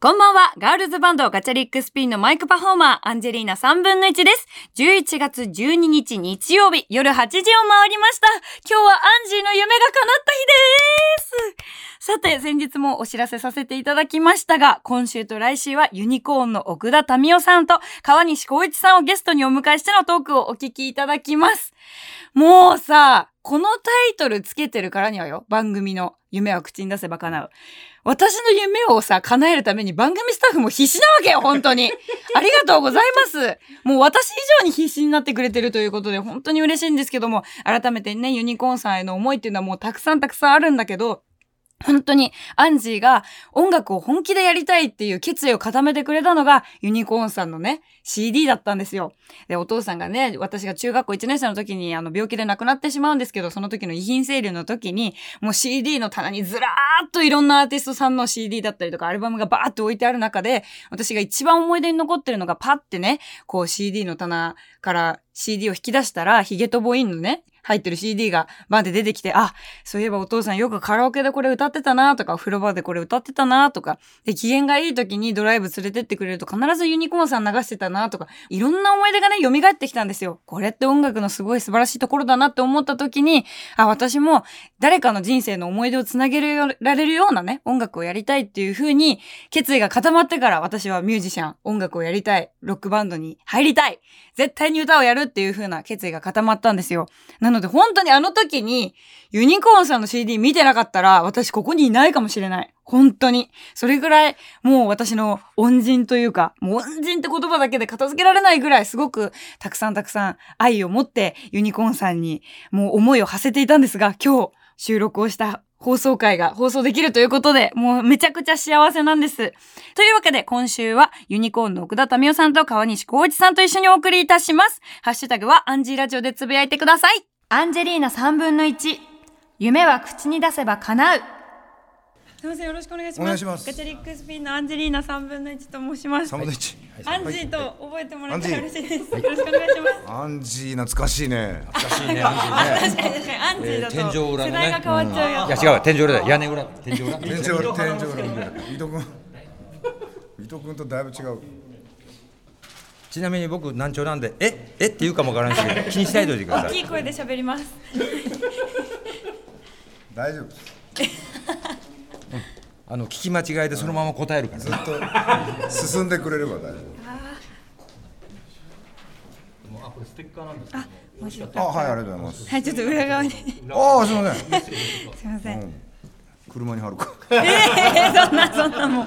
こんばんは、ガールズバンドガチャリックスピンのマイクパフォーマー、アンジェリーナ3分の1です。11月12日日曜日、夜8時を回りました。今日はアンジーの夢が叶った日ですさて、先日もお知らせさせていただきましたが、今週と来週はユニコーンの奥田民生さんと川西光一さんをゲストにお迎えしてのトークをお聞きいただきます。もうさ、このタイトルつけてるからにはよ、番組の夢は口に出せば叶う。私の夢をさ、叶えるために番組スタッフも必死なわけよ、本当に。ありがとうございます。もう私以上に必死になってくれてるということで、本当に嬉しいんですけども、改めてね、ユニコーンさんへの思いっていうのはもうたくさんたくさんあるんだけど、本当にアンジーが音楽を本気でやりたいっていう決意を固めてくれたのがユニコーンさんのね CD だったんですよ。でお父さんがね私が中学校1年生の時にあの病気で亡くなってしまうんですけどその時の遺品整理の時にもう CD の棚にずらーっといろんなアーティストさんの CD だったりとかアルバムがバーって置いてある中で私が一番思い出に残ってるのがパッてねこう CD の棚から CD を引き出したらヒゲとボインのね入ってる CD がバンって出てきてあそういえばお父さんよくカラオケでこれ歌ってたなとかお風呂場でこれ歌ってたなとかで機嫌がいい時にドライブ連れてってくれると必ずユニコーンさん流してたなとかいろんな思い出がね蘇ってきたんですよ。これって音楽のすごい素晴らしいところだなって思った時にあ私も誰かの人生の思い出をつなげられるようなね、音楽をやりたいっていう風に、決意が固まってから私はミュージシャン、音楽をやりたい、ロックバンドに入りたい、絶対に歌をやるっていう風な決意が固まったんですよ。なので本当にあの時に、ユニコーンさんの CD 見てなかったら、私ここにいないかもしれない。本当に。それぐらい、もう私の恩人というか、もう恩人って言葉だけで片付けられないぐらい、すごくたくさんたくさん愛を持って、ユニコーンさんにもう思いを馳せていたんですが、今日収録をした放送回が放送できるということで、もうめちゃくちゃ幸せなんです。というわけで今週はユニコーンの奥田民生さんと川西浩一さんと一緒にお送りいたします。ハッシュタグはアンジーラジオでつぶやいてください。アンジェリーナ3分の1。夢は口に出せば叶う。すみません、よろしくお願いします。お願いしますガチャリックスピンのアンジェリーナ3分の1と申します。サンドイッチ。アンジーと覚えてもらえたらアン嬉ジしいです。よろしくお願いします。アンジー懐かしいね。懐かしいねアンジーね確かに確かにアンジーだとえー天井裏のね世代が変わっちゃうよ。いや違うわ天井裏だよ屋根裏天井裏天井裏天井裏。伊藤君。伊藤君とだいぶ違う。ちなみに僕難聴なんでええって言うかもわからないですけど気にしないでおいてくださ大きいい声で喋ります。大丈夫です。あの聞き間違えでそのまま答えるからずねっと進んでくれれば大丈もしよかった夫。らあ、はい、ありがとうございます。はい、ちょっと裏側に。ああ、すみません。すみません。車に貼るか。あええそんなそんなもう。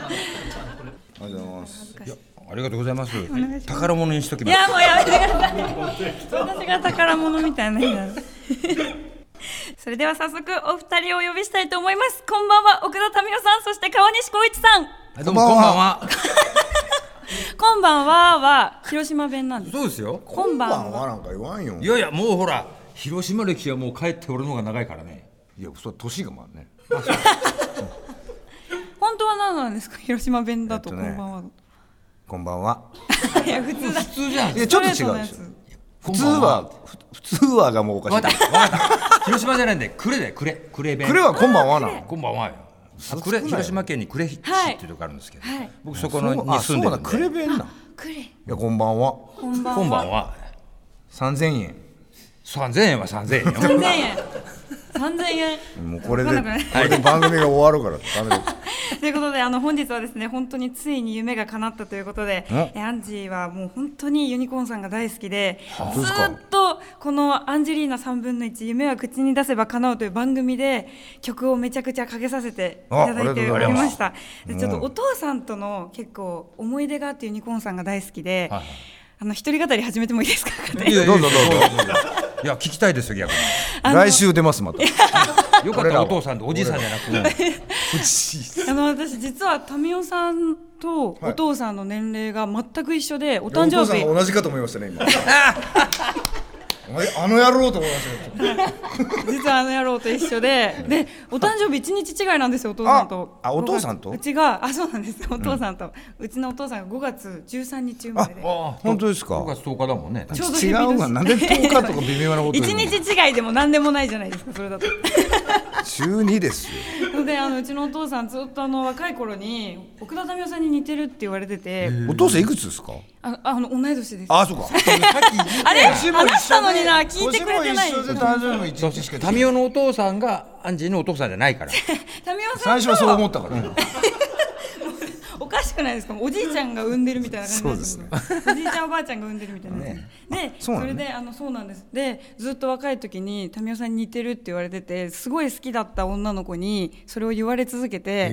りがとうございます。いやありがとうございます願いします宝物にしときいますやもうやめてください。私が宝物みたいな人なんで。 それでは早速お二人をお呼びしたいと思います。こんばんは奥田民生さん、そして川西浩一さん。はいどうもこんばんはこんばんはは広島弁なんです。そうですよこんばん今晩は。はなんか言わんよい。やいやもうほら広島歴はもう帰って俺の方が長いからねいやそれは年がまあね本当は何なんですか広島弁だと、えっとねこんばんは。こんばんは。いや普通 だ。普通じゃんいや、ちょっと違うでしょ普普通は、ふ普通はがもうおかわかっしい。たわかった広島じゃないんでくれでくれくれ弁くれはこんばんはなの。こんばんはよ。あくれ広島県に呉市っていうとこあるんですけど、はい僕そこのに住んそでるんで。うだくれ弁なの。いくれ。や、こんばんは。こんばんは。今晩は三千円。三千円は三千円よ。三千円。三千円。もうこれで、わかんなくないこれで番組が終わるから、ダメだよ。 ということであの本日はですね本当についに夢が叶ったということでええアンジーはもう本当にユニコーンさんが大好きで本ず当ですかーっとこの「アンジェリーナ3分の1夢は口に出せば叶う」という番組で曲をめちゃくちゃかけさせていただいてあおありがとうござりいますましたでちょっとうんお父さんとの結構思い出があってユニコーンさんが大好きで、はいはいあの一人語り始めてもいいですか いやいやどうぞどうぞいや聞きたいですよ逆に。来週出ます、また。よかっ俺たららはお父さんとおじいさんじゃなくて。あの私実は民生さんとお父さんの年齢が全く一緒で、お誕生日同じかと思いましたね今お前あの野郎と思いましたね実はあの野郎と一 緒で、で、お誕生日一日違いなんですよ、お父さんと。ああお父さんとうちが、あ、そうなんです、お父さんと、うちのお父さんが5月13日生まれ で。本当ですか5月10日だもんね。ちょうど違蛇年うわなんで10日とか微妙なこと一言うの日違いでも何でもないじゃないですか、それだと。 中二ですよであのうちのお父さんずっとあの若い頃に奥田民生さんに似てるって言われててお父さんいくつですかああの同い年ですあそうかあれ話したのにな聞いてくれてない年も一緒で誕生日も一日しかタミオのお父さんがアンジーのお父さんじゃないから民生最さん初はそうと思ったから、おかしくないですかおじいちゃんが産んでるみたいな感じなんですよおじいちゃんおばあちゃんが産んでるみたいな、ね、でそそうなのれであのそうなんですでずっと若い時に民生さんに似てるって言われててすごい好きだった女の子にそれを言われ続けて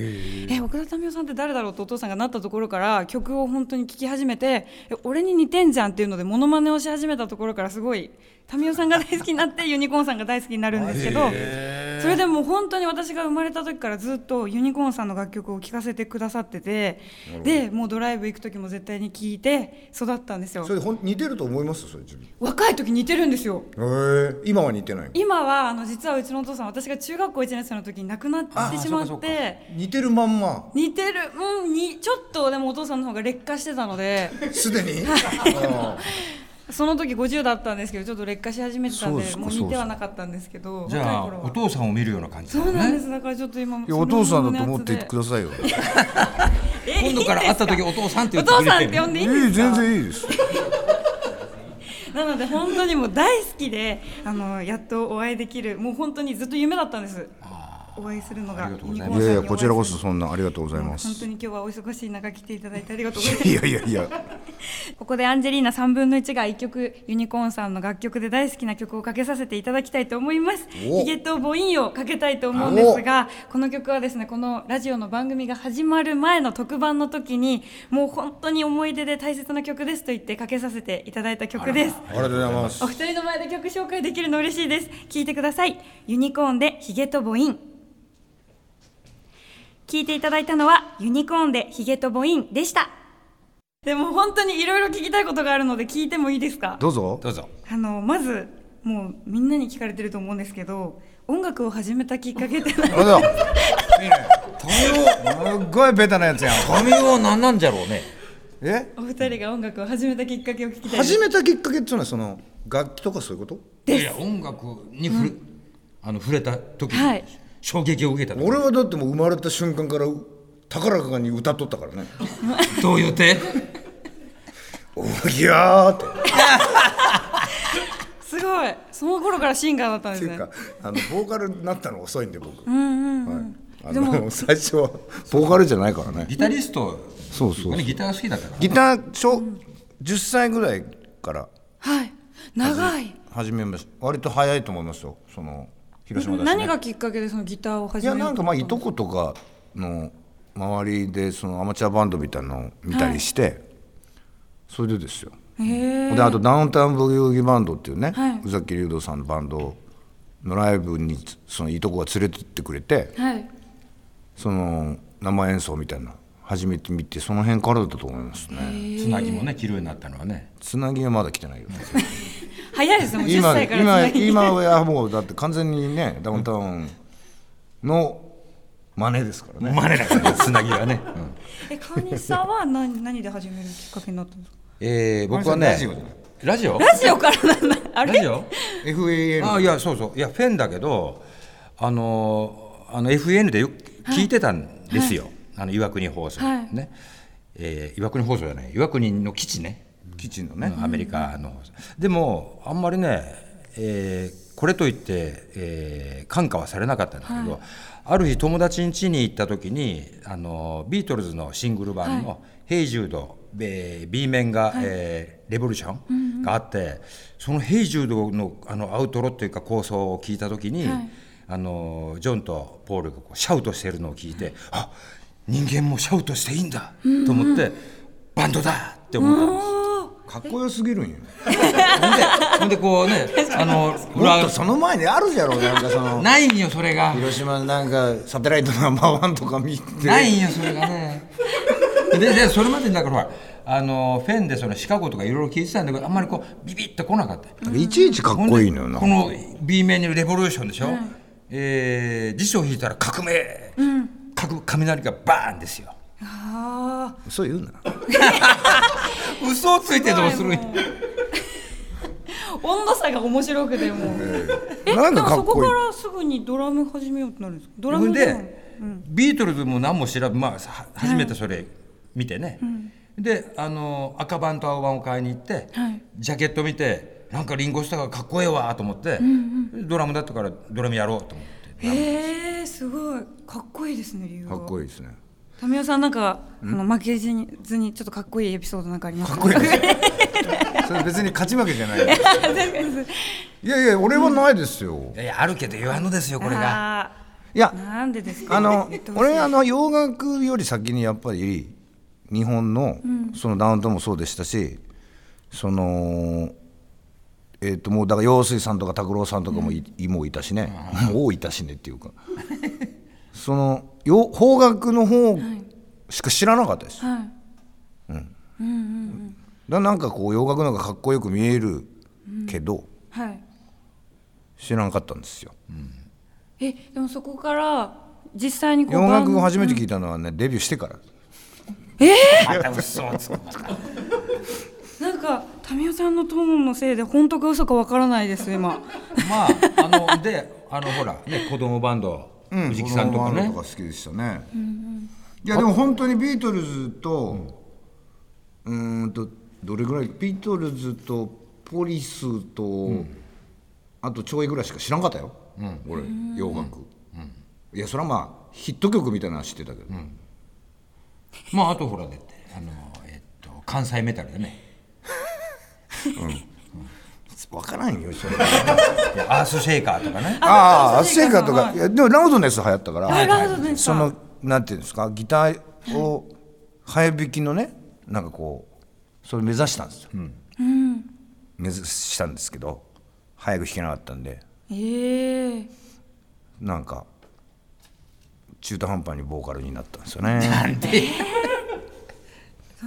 「え奥田民生さんって誰だろう?」とお父さんがなったところから曲を本当に聴き始めて「え俺に似てんじゃん」っていうのでモノマネをし始めたところからすごい民生さんが大好きになってユニコーンさんが大好きになるんですけど。それでもう本当に私が生まれた時からずっとユニコーンさんの楽曲を聴かせてくださっててでもうドライブ行く時も絶対に聴いて育ったんですよそれほん似てると思いますそれ自分若い時似てるんですよへえ今は似てない今はあの実はうちのお父さん私が中学校1年生の時に亡くなってしまって似てるまんま似てるうんにちょっとでもお父さんの方が劣化してたのですでにあその時50だったんですけどちょっと劣化し始めてたんそうでですかもう似てはなかったんですけどじゃあ若い頃おは父さんを見るような感じそだうなんでねすだからちょっと今いやお父さんだと思思ってくださいよ今度から会った時お父さんってお言っ父てくれてさんるって呼んでいいいいんですか全然いいですなので本当にもう大好きであのやっとお会いできるもう本当にずっと夢だったんですお会いするのがありがとうございいやいやこちらこそそんなありがとうございま本す当に今日はお忙しい中来ていただいてありがとうござい ますいやいやいやここでアンジェリーナ3分の1が1曲ユニコーンさんの楽曲で大好きな曲をかけさせていただきたいと思いますおヒゲと母音をかけたいと思うんですがこの曲はですねこのラジオの番組が始まる前の特番の時にもう本当に思い出で大切な曲ですと言ってかけさせていただいた曲ですりがとうございますお二人の前で曲紹介できるの嬉しいです聞いてくださいユニコーンでヒゲと母音聞いていただいたのはユニコーンでヒゲと母音でしたでも本当にいろいろ聞きたいことがあるので聞いてもいいですかどうぞどうぞあのまずもうみんなに聞かれてると思うんですけど音楽を始めたきっかけって何 あらタミすっごいベタなやつやんオタミオは何なんじゃろうねえお二人が音楽を始めたきっかけを聞きたいです始めたきっかけっていうのはその楽器とかそういうことですいや音楽に触れ,、あの触れた時に、はい衝撃を受けた時俺はだってもう生まれた瞬間から高らかに歌っとったからねどう言うて「おぎゃー」ってすごいその頃からシンガーだったんでってすいねうかあのボーカルになったの遅いんで僕、はい、あでもの最初はボーカルじゃないからね ギタリストそうそうそうギターが好きだったからギター小10歳ぐらいからはい長い始めました割と早いと思いますよその広島だし、ね、何がきっかけでそのギターをい始めよやうとなんかまあいとことかの周りでそのアマチュアバンドみたいなのを見たりして、それでですよ、であとダウンタウンブギウギバンドっていうね、はい宇崎竜童さんのバンドのライブにそのいとこが連れてってくれてはいその生演奏みたいな初めて見てその辺からだったと思いますねつなぎもね着るようになったのはねつなぎはまだ来てないよ早いですね、もう10 今歳から今つなぎ今はもうだって完全にねダウンタウンの真似ですからね生まれな かったつなぎはね、え、川西さんは何何で始めるきっかけになったんですかえー、僕はねラジオじゃないラジオラジオからなんだ、あれラジオ FAL あいやそうそういやフェンだけどあのーあの FN でよく聞いてたんですよ、あの岩国放送、はいね、えー岩国放送じゃない岩国の基地ね、キッチンのねね、アメリカの、でもあんまりね、えーこれといって、えー感化はされなかったんだけど、ある日友達ん家に行った時にあのビートルズのシングル版の「ヘイジュード」えー B 面が、えーレボリューション」があって、その「ヘイジュードの」あのアウトロっていうか構想を聞いた時に、あのジョンとポールがこうシャウトしてるのを聞いて、あ人間もシャウトしていいんだと思って、バンドだって思ったんです。かっこよすぎるんよほんで、ほんでこうね、あの、もっ裏と、その前にあるじゃろうなんかその ないんよ、それが。広島のなんかサテライトナンバーワンとか見てないんよ、それがね。で、で、それまでにだから、ほら、あの、フェンで、そのシカゴとかいろいろ聞いてたんだけど、あんまりこう、ビビッと来なかった。いちいちかっこいいのよなこの B 面にレボリューションでしょ、えー辞書を引いたら革命、革雷がバーンですよあそう言うな嘘をついてどうするんよー温度差が面白くてもう。え、なんでかもそかっここかいいらすぐにドラム始めようってなるんですか。ドラほムんで。で、ビートルズも何も調べ、まあ、は初めてそれ見てね、であの赤版と青版を買いに行って、はいジャケット見てなんかリンゴしたがかっこええわと思って、ドラムだったからドラムやろうと思ってへえ、すごいかっこいいですね理由かが。っこいいですねタミオさんなんかあの負けずにちょっとかっこいいエピソードなんかありますかっか。こいいですねそれ別に勝ち負けじゃないよいやいや俺はないですよ、いやいやあるけど言わんのですよこれが。あいやーなんでですか。あの言ってほしい俺あの洋楽より先にやっぱり日本のそのダウンタウンもそうでしたし、そのえっ、ともうだから陽水さんとか拓郎さんとかもい,、もいたしね、もういたしねっていうかその洋邦楽の方しか知らなかったです、だかはい。らなんかこう洋楽の方がかっこよく見えるけど、はい。知らなかったんですよえ、でもそこから実際にこう洋楽をバン初めて聞いたのはね、デビューしてからまた嘘をつくなんかタミオさんのトーンのせいで本当か嘘かわからないです今。まああのであのほらね子供バンド藤木さんとか子供のね頃好きでしたね、いやでも本当にビートルズとうーんとどれぐらいビートルズとポリスと、あとちょいぐらいしか知らんかったよ、俺洋楽、いやそれはまあヒット曲みたいなのは知ってたけど、まああとほらだってあのえっと関西メタルでね分からんよそれいやアースシェイカーとかねああそうそう聖火とかはいいやでもラウドネス流行ったから、あ、ラウドですか。そのなんていうんですかギターを早弾きのねなんかこうそれ目指したんですよ、目指したんですけど早く弾けなかったんでええなんか中途半端にボーカルになったんですよね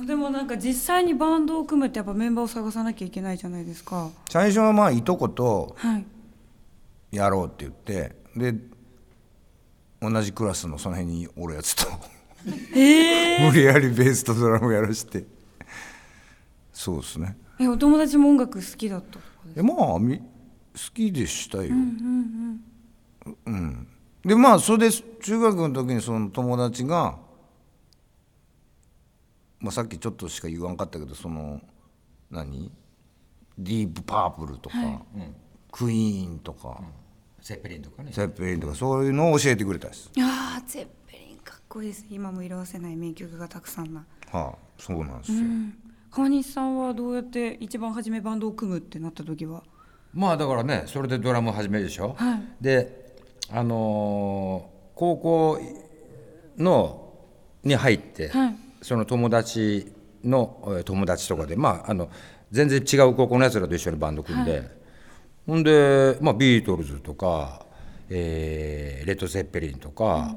でもなんか実際にバンドを組むってやっぱメンバーを探さなきゃいけないじゃないですか。最初はまあいとことはい。やろうって言ってで同じクラスのその辺におるやつとええ無理やりベースとドラムやらしてそうですねえ、お友達も音楽好きだったとかでえまあみ好きでしたよ。うんでまあそれで中学の時にその友達が、まあ、さっきちょっとしか言わんかったけどその何ディープパープルとか、クイーンとか、セッペリンとかねセッペリンとかそういうのを教えてくれたです。す。ああ、ゼッペリンかっこいいです。今も色褪せない名曲がたくさんな。はあ、そうなんですよ。川西さんはどうやって一番初めバンドを組むってなった時は。まあだからねそれでドラム始めるでしょ、はいであのー高校のに入って、はいその友達のえー友達とかでまああの全然違う高校のやつらと一緒にバンド組んで、ほんで、まあ、ビートルズとか、えーレッド・ゼッペリンとか、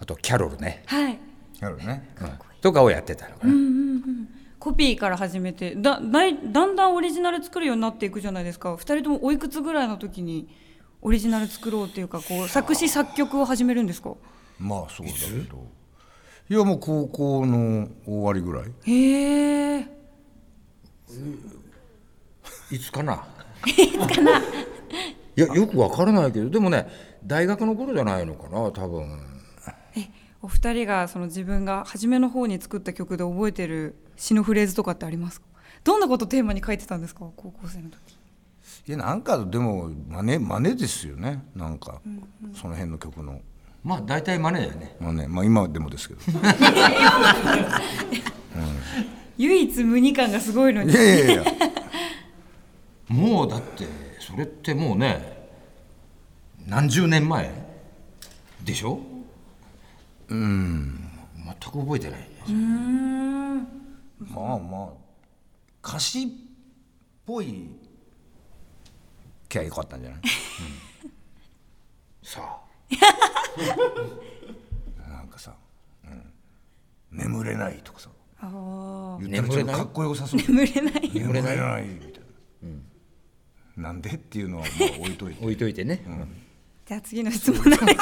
あとキャロルね、はい。なるほどね。とかをやってたのかな、コピーから始めてだだいだんだんオリジナル作るようになっていくじゃないですか二人ともおいくつぐらいの時にオリジナル作ろうっていうかこう作詞作曲を始めるんですかまあそうだけど。いやもう高校の終わりぐらい。へえいつ かな いやよくわからないけどでもね大学の頃じゃないのかな多分お二人がその自分が初めの方に作った曲で覚えてる詩のフレーズとかってありますかどんなことテーマに書いてたんですか高校生の時いやなんかでも真似真似ですよねなんか、その辺の曲のまあ大体マネだよね真似まあ今でもです けど唯一無二感がすごいのいにやいやいやもうだってそれってもうね何十年前でしょうん全く覚えてないねまあまあ歌詞っぽいきゃよかったんじゃないさなんかさ、うん眠れない」とかさあー言ったらちょっとかっこよさそう眠れない 眠れないみたいな、なんでっていうのはもう置いといあて 置いといてね、じゃあ次の質問なんです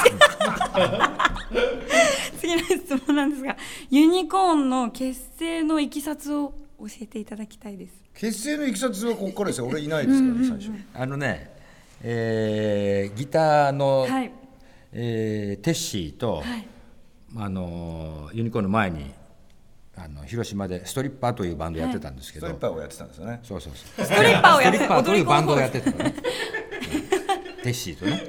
次の質問なんですがユニコーンの結成のいきさつを教えていただきたいです結成のいきさつはここからですよ俺いないですから最初あのね、えーギターの、はいえーテッシーと、あのーユニコーンの前にあの広島でストリッパーというバンドやってたんですけスど、トリッパーをやってたんですよねそうそうそうストリッパーをやスってトリッパーというバンドをやっ踊りてたのねうんテッシーとね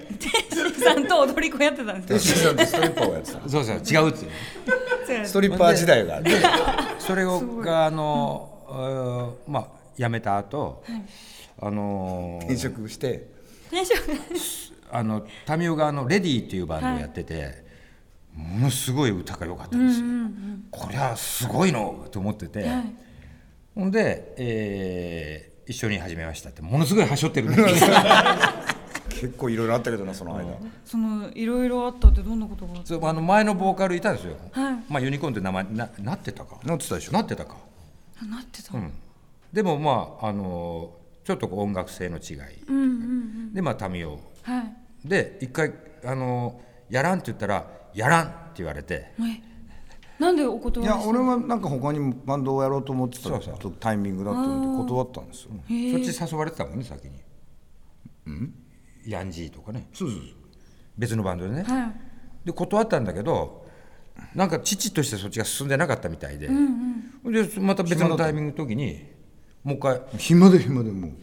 子さんと踊り子やってたんですテッシーさんとストリッパーをやってたそうそう違うっていうねストリッパー時代があるそれをがあのー、まあ辞めた後、あのー転職してねしょあのタミオがあのレディーっていうバンドをやってて、ものすごい歌が良かったんですよ、こりゃすごいのと思ってて、ほんで、えー一緒に始めましたってものすごい端折ってるんです よ結構いろいろあったけどなその間そのいろいろあったってどんなことがあったそうあの前のボーカルいたんですよ、はいまあユニコーンって名前ななってたかなってたでしょなってたかあなってた、でもまああのーちょっとこう音楽性の違い、でまあタミオはいで一回あのーやらんって言ったらやらんって言われて、えなんでお断いりしやた俺はなんか他にもバンドをやろうと思ってたそうとタイミングだったんで断ったんですよそっち誘われてたもんね先にヤンジーとかね別のバンドでね、はいで断ったんだけどなんか父としてそっちが進んでなかったみたいで、でまた別のタイミングの時にもう一回暇で暇でも う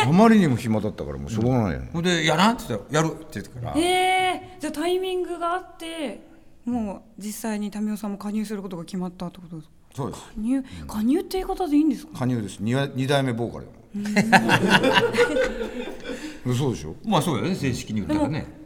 あまりにも暇だったからもうしょうがないよね「ほんでやらん?」って言ったら「やる」って言ってから、えー、じゃあタイミングがあってもう実際に民生さんも加入することが決まったってことですかそうです加入加入って言い方でいいんですか加入です 2, 二代目ボーカルよ 嘘でしょまあそうだよね正式に言ったらね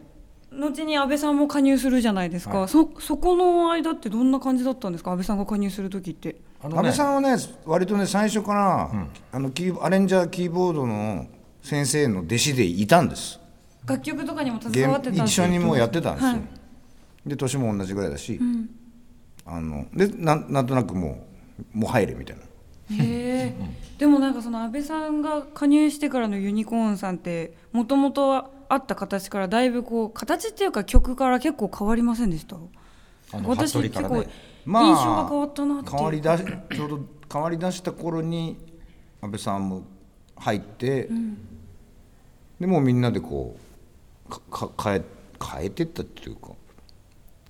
後に安倍さんも加入するじゃないですか、そそこの間ってどんな感じだったんですか安倍さんが加入する時ってあのね安倍さんはね割とね最初から、あのキーアレンジャーキーボードの先生の弟子でいたんです楽曲とかにも携現わってたん一です緒にもうやってたんですよ、はいで年も同じぐらいだし、あのでなんなんとなくもうもう入れみたいなへえでもなんかその安倍さんが加入してからのユニコーンさんってもともとあった形からだいぶこう形っていうか曲から結構変わりませんでしたあの私服部結から構ね印象が変わったなっていう、変わりだしちょうど変わりだした頃に安倍さんも入って、でもうみんなでこうかか変え変えてったっていうか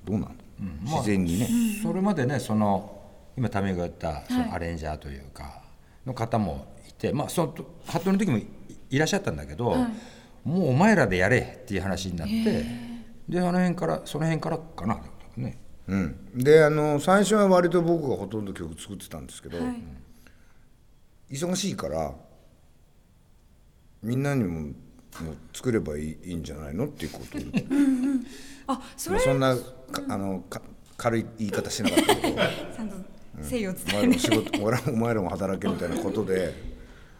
どうなんだ、自然にね、それまでねその今タミが言ったそのアレンジャーというかの方もいて、まあその服部の時もいいらっしゃったんだけど、もうお前らでやれっていう話になってであの辺からその辺からかなねうん、であの最初は割と僕がほとんど曲作ってたんですけど、はい忙しいからみんなにももう作ればいいいいんじゃないのっていうことであそまれあそんなかあのか軽い言い方しなかったけどちゃんと誠意を伝おえ前らも仕事お前らお前らも働けみたいなことで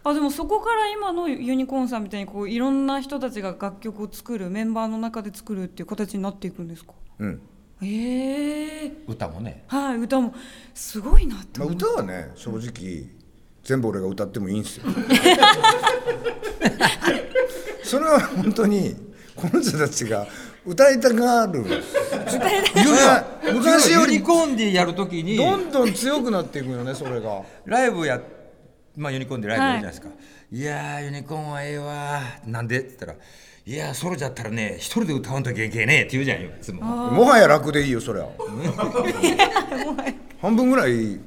あでもそこから今のユニコーンさんみたいにこういろんな人たちが楽曲を作るメンバーの中で作るっていう形になっていくんですかうん、ええ歌もねはい歌もすごいなってまあ、思う歌はね正直全部俺が歌ってもいいんですよそれは本当にこの人たちが歌いたがるそれは昔よユりニコーンでやる時にどんどん強くなっていくよねそれがライブやまあユニコーンでライブやるじゃないですか、い、やーユニコーンはええわーなんでって言ったらいやーソロじゃったらね一人で歌わんときゃいけねえって言うじゃんよいつももはや楽でいいよそりゃ半分ぐらい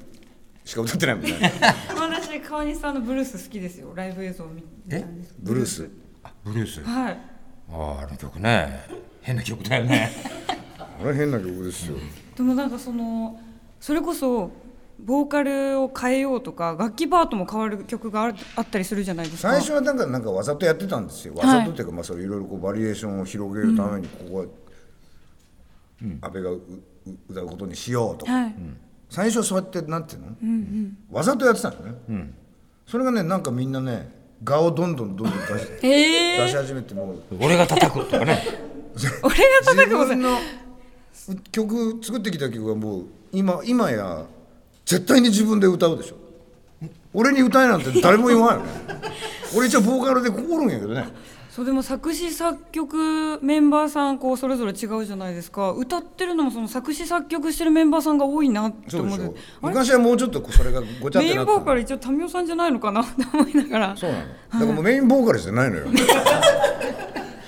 しか歌ってないもんね私川西さんのブルース好きですよライブ映像を見えブルースあブルースはいあああの曲ね変な曲だよねあれ変な曲ですよでもなんかそのそれこそボーカルを変えようとか楽器パートも変わる曲があるあったりするじゃないですか最初はなんかなんかわざとやってたんですよわざとっていうか、まあそれいろいろこうバリエーションを広げるためにここは、安倍がうう歌うことにしようとか、はい、最初はそうやってなんていうの、わざとやってたんですね、それがねなんかみんなね顔をどんどんどんどん出し ええ出し始めてもう 俺が叩くとかね俺が叩くこと自分の曲作ってきた曲はもう今今や絶対に自分で歌うでしょ俺に歌えなんて誰も言わないよね俺一応ボーカルでここおるんやけどねそうでも作詞作曲メンバーさんこうそれぞれ違うじゃないですか歌ってるのもその作詞作曲してるメンバーさんが多いなってそう思でっしてょあれ昔はもうちょっとこうそれがごちゃっメてイなンってボーカル一応民生さんじゃないのかなって思いながらそうなのだからもうメインボーカルじゃないのよ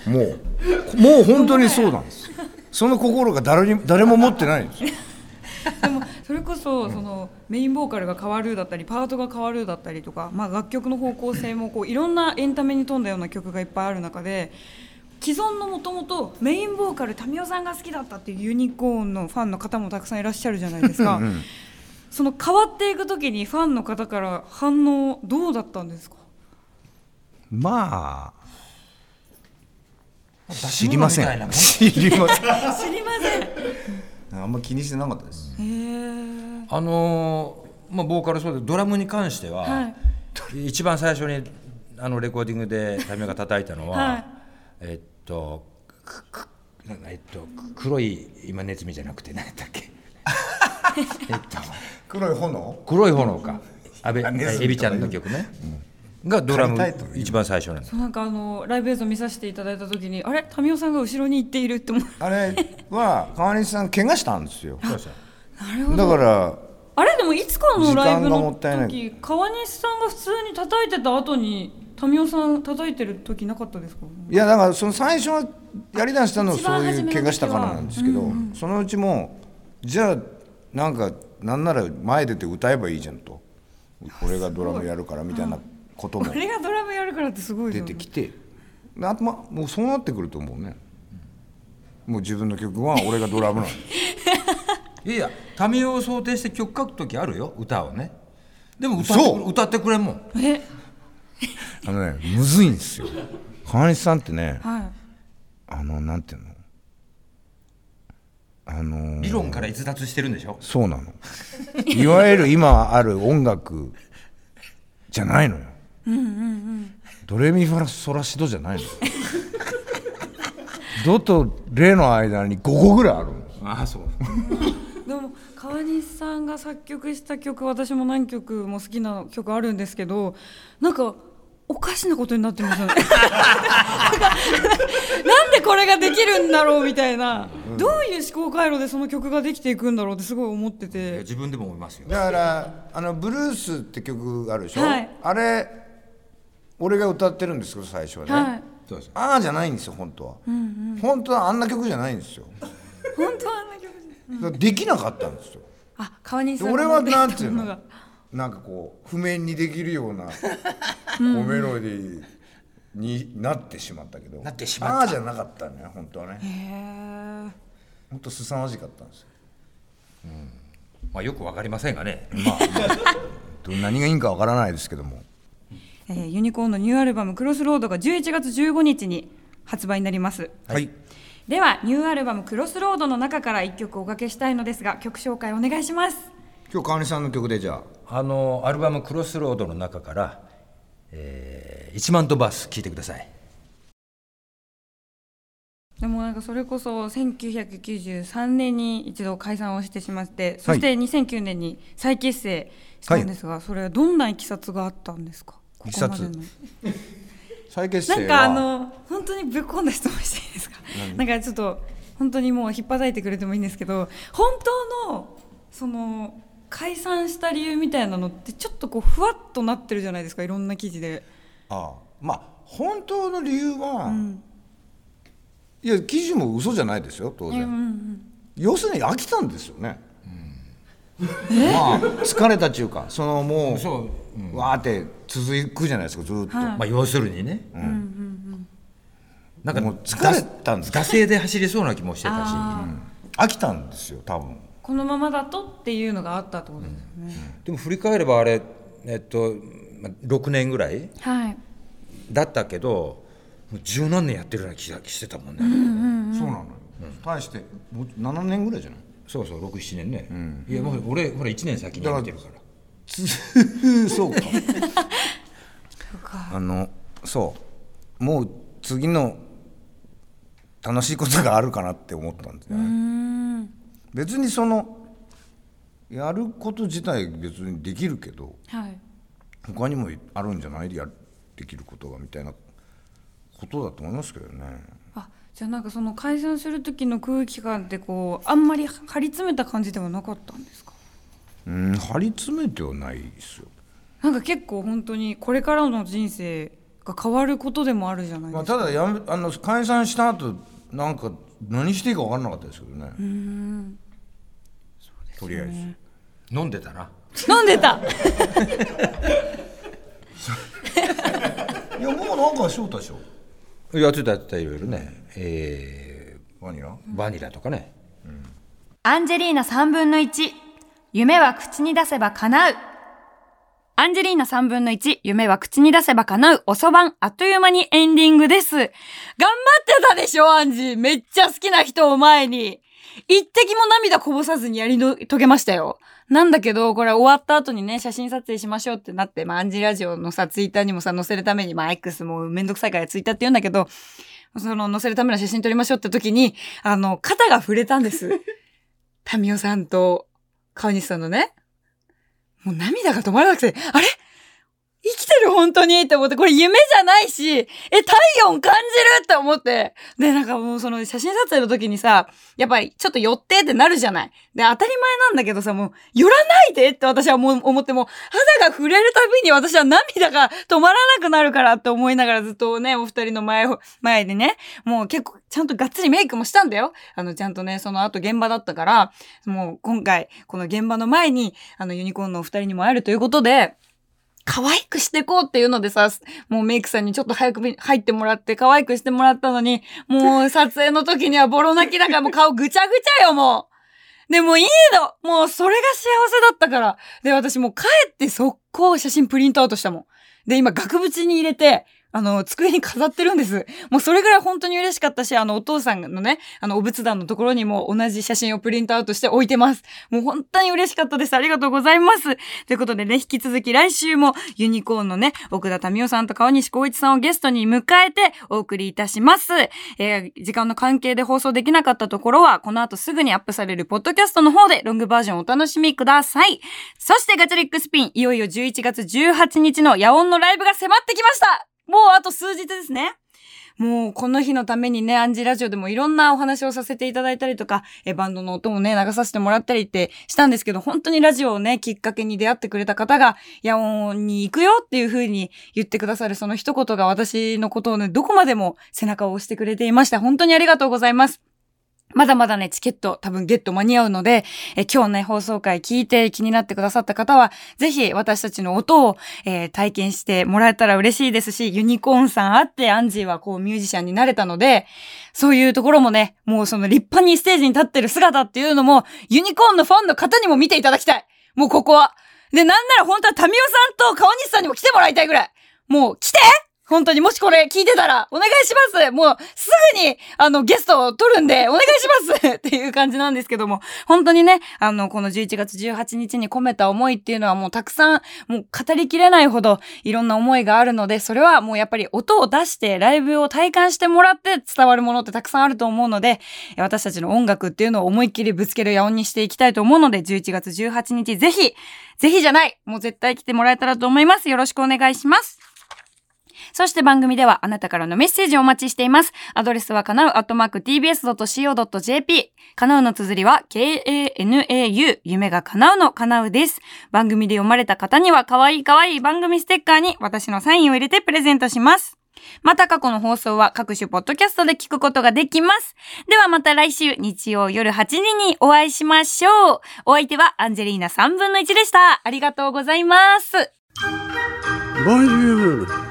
もうもう本当にそうなんですその心が誰に誰も持ってないんですよ でもそれこそそのメインボーカルが変わるだったりパートが変わるだったりとか、まあ、楽曲の方向性もこういろんなエンタメに富んだような曲がいっぱいある中で既存のもともとメインボーカル民生さんが好きだったっていうユニコーンのファンの方もたくさんいらっしゃるじゃないですか。その変わっていく時にファンの方から反応どうだったんですかまあ知りりまませ せんん知りま 知せんりませんあんま気にしてなかったですあのーまあ、ボーカルそうでドラムに関しては、はい一番最初にあのレコーディングでタミヤが叩いたのは、はいえっとくくなんかえっとく黒い今ネズミじゃなくて何やったっけえっと黒い炎黒い炎か安倍あネズミとか言うエビちゃんの曲ね、がドラムタイトル言う一番最初なんですなんかあのライブ映像見させていただいた時にあれ民生さんが後ろに行っているって思うあれは川西さん怪我したんですよなるほどだからあれでもいつかのライブ時間がものったいない時川西さんが普通に叩いてた後に民生さん叩いてる時なかったですかいやだからその最初はやりだしたのはそうい一番初めうの時は怪我したからなんですけど、そのうちもうじゃあなんかなんなら前出て歌えばいいじゃんと俺がドラムやるからみたいなこともこれがドラムやるからってすごい出よてねきてあとまもうそうなってくると思うねもう自分の曲は俺がドラムなんですいや民生を想定して曲書く時あるよ歌をねでも歌って嘘く歌ってくれんもんえあのねむずいんですよ川西さんってねはあのなんていうのあのー理論から逸脱してるんでしょそうなのいわゆる今ある音楽じゃないのよ、ドレミファラソラシドじゃないのよ ドとレの間に5個ぐらいあるのああそういでも川西さんが作曲した曲私も何曲も好きな曲あるんですけどなんかおかしなことになってますよねなん かなんでこれができるんだろうみたいな、どういう思考回路でその曲ができていくんだろうってすごい思っていやて 自分でも思いますよだからあの「ブルース」って曲があるでしょ、はいあれ俺が歌ってるんですけど最初はね、はいそうですああじゃないんですよ本当は、本当はあんな曲じゃないんですよ本当はあんな曲じゃないだからできなかったんですよあ川西でさん俺はなんていうがのなんかこう譜面にできるようなこうメロディーになってしまったけどなってしまったああじゃなかったのよ本当はねへえ本当すさまじかったんですよまあよくわかりませんがねど何がいいんかわからないですけどもえーユニコーンのニューアルバム「クロスロード」が11月15日に発売になります はいではニューアルバム「クロスロード」の中から1曲おかけしたいのですが曲紹介お願いします今日川西さんの曲でじゃああのアルバム「クロスロード」の中から「えー、1万とバス」聴いてくださいでもなんかそれこそ1993年に一度解散をしてしまってそして2009年に再結成したんですが、それはどんないきさつがあったんですかここまでのいき再結な成んはかあの本当にぶっこんだ質問していいですかなんかちょっと本当にもう引っ叩いてくれてもいいんですけど本当のその解散した理由みたいなのってちょっとこうふわっとなってるじゃないですかいろんな記事でああまあ本当の理由は、いや記事も嘘じゃないですよ当然、要するに飽きたんですよね、まあ疲れたっていうかそのもうそうわーって続くじゃないですかずーっと、まあ要するにね、なんかもう疲れたんです惰性で走りそうな気もしてたし飽きたんですよ多分このままだとっていうのがあったってことですよね、でも振り返ればあれえっとまあ6年ぐらいはいだったけどもう十何年やってるような気がしてたもんね、そうなのよ、対してもう7年ぐらいじゃない そうそう67年ね、いやもう俺ほら1年先にやってるからつそうかあのそうもう次の楽しいことがあるかなって思ったんですね別にそのやること自体別にできるけどはい他にもあるんじゃないやできることがみたいなことだと思いますけどねあじゃあなんかその解散する時の空気感ってこうあんまり張り詰めた感じではなかったんですかうん張り詰めてはないですよなんか結構本当にこれからの人生が変わることでもあるじゃないまですか、あ、ただやめあの解散した後なんか何していいか分からなかったですけどねとりあえず飲んでたな飲んでたいやもうなんか翔太でしょやってたやってたいろいろね、えバニラーバニラとかねアンジェリーナ3分の1夢は口に出せば叶うアンジェリーナ3分の1夢は口に出せば叶うおそばんあっという間にエンディングです頑張ってたでしょアンジーめっちゃ好きな人を前に一滴も涙こぼさずにやりの遂げましたよなんだけど、これ終わった後にね、写真撮影しましょうってなって、まあ、アンジーラジオのさ、ツイッターにもさ、載せるために、まあ、X もめんどくさいからツイッターって言うんだけど、その、載せるための写真撮りましょうって時に、あの、肩が触れたんです。タミオさんと川西さんのね、もう涙が止まらなくて、あれ生きてる本当にって思って、これ夢じゃないし、え、体温感じるって思って。で、なんかもうその写真撮影の時にさ、やっぱりちょっと寄ってってなるじゃない。で、当たり前なんだけどさ、もう寄らないでって私はもう思っても、肌が触れるたびに私は涙が止まらなくなるからって思いながらずっとね、お二人の前を、前でね、もう結構ちゃんとがっつりメイクもしたんだよ。あの、ちゃんとね、その後現場だったから、もう今回、この現場の前に、あの、ユニコーンのお二人にも会えるということで、可愛くしてこうっていうのでさ、もうメイクさんにちょっと早くみ入ってもらって、可愛くしてもらったのに、もう撮影の時にはボロ泣きだからもう顔ぐちゃぐちゃよ、もう。でもいいのもうそれが幸せだったから。で、私もう帰って速攻写真プリントアウトしたもん。で、今額縁に入れて、あの、机に飾ってるんです。もうそれぐらい本当に嬉しかったし、あの、お父さんのね、あの、お仏壇のところにも同じ写真をプリントアウトして置いてます。もう本当に嬉しかったです。ありがとうございます。ということでね、引き続き来週もユニコーンのね、奥田民生さんと川西光一さんをゲストに迎えてお送りいたします。えー時間の関係で放送できなかったところは、この後すぐにアップされるポッドキャストの方でロングバージョンをお楽しみください。そしてガチャリックスピン、いよいよ11月18日の野音のライブが迫ってきましたもうあと数日ですね。もうこの日のためにね、アンジラジオでもいろんなお話をさせていただいたりとか、えバンドの音もね、流させてもらったりってしたんですけど、本当にラジオをね、きっかけに出会ってくれた方が、野音に行くよっていう風に言ってくださるその一言が私のことをね、どこまでも背中を押してくれていました。本当にありがとうございます。まだまだね、チケット多分ゲット間に合うので、え今日ね、放送回聞いて気になってくださった方は、ぜひ私たちの音を、えー体験してもらえたら嬉しいですし、ユニコーンさんあって、アンジーはこうミュージシャンになれたので、そういうところもね、もうその立派にステージに立ってる姿っていうのも、ユニコーンのファンの方にも見ていただきたい。もうここは。で、なんなら本当はタミオさんと川西さんにも来てもらいたいぐらい。もう来て本当にもしこれ聞いてたらお願いしますもうすぐにあのゲストを取るんでお願いします っていう感じなんですけども本当にねあのこの11月18日に込めた思いっていうのはもうたくさんもう語りきれないほどいろんな思いがあるのでそれはもうやっぱり音を出してライブを体感してもらって伝わるものってたくさんあると思うのでえ私たちの音楽っていうのを思いっきりぶつける野音にしていきたいと思うので11月18日ぜひぜひじゃないもう絶対来てもらえたらと思いますよろしくお願いしますそして番組ではあなたからのメッセージをお待ちしています。アドレスはかなう、アットマーク tbs.co.jp。かなうの綴りは k-a-n-a-u、夢が叶うのかなうです。番組で読まれた方には、かわいいかわいい番組ステッカーに私のサインを入れてプレゼントします。また過去の放送は各種ポッドキャストで聞くことができます。ではまた来週日曜夜8時にお会いしましょう。お相手はアンジェリーナ3分の1でした。ありがとうございます。ボンジュール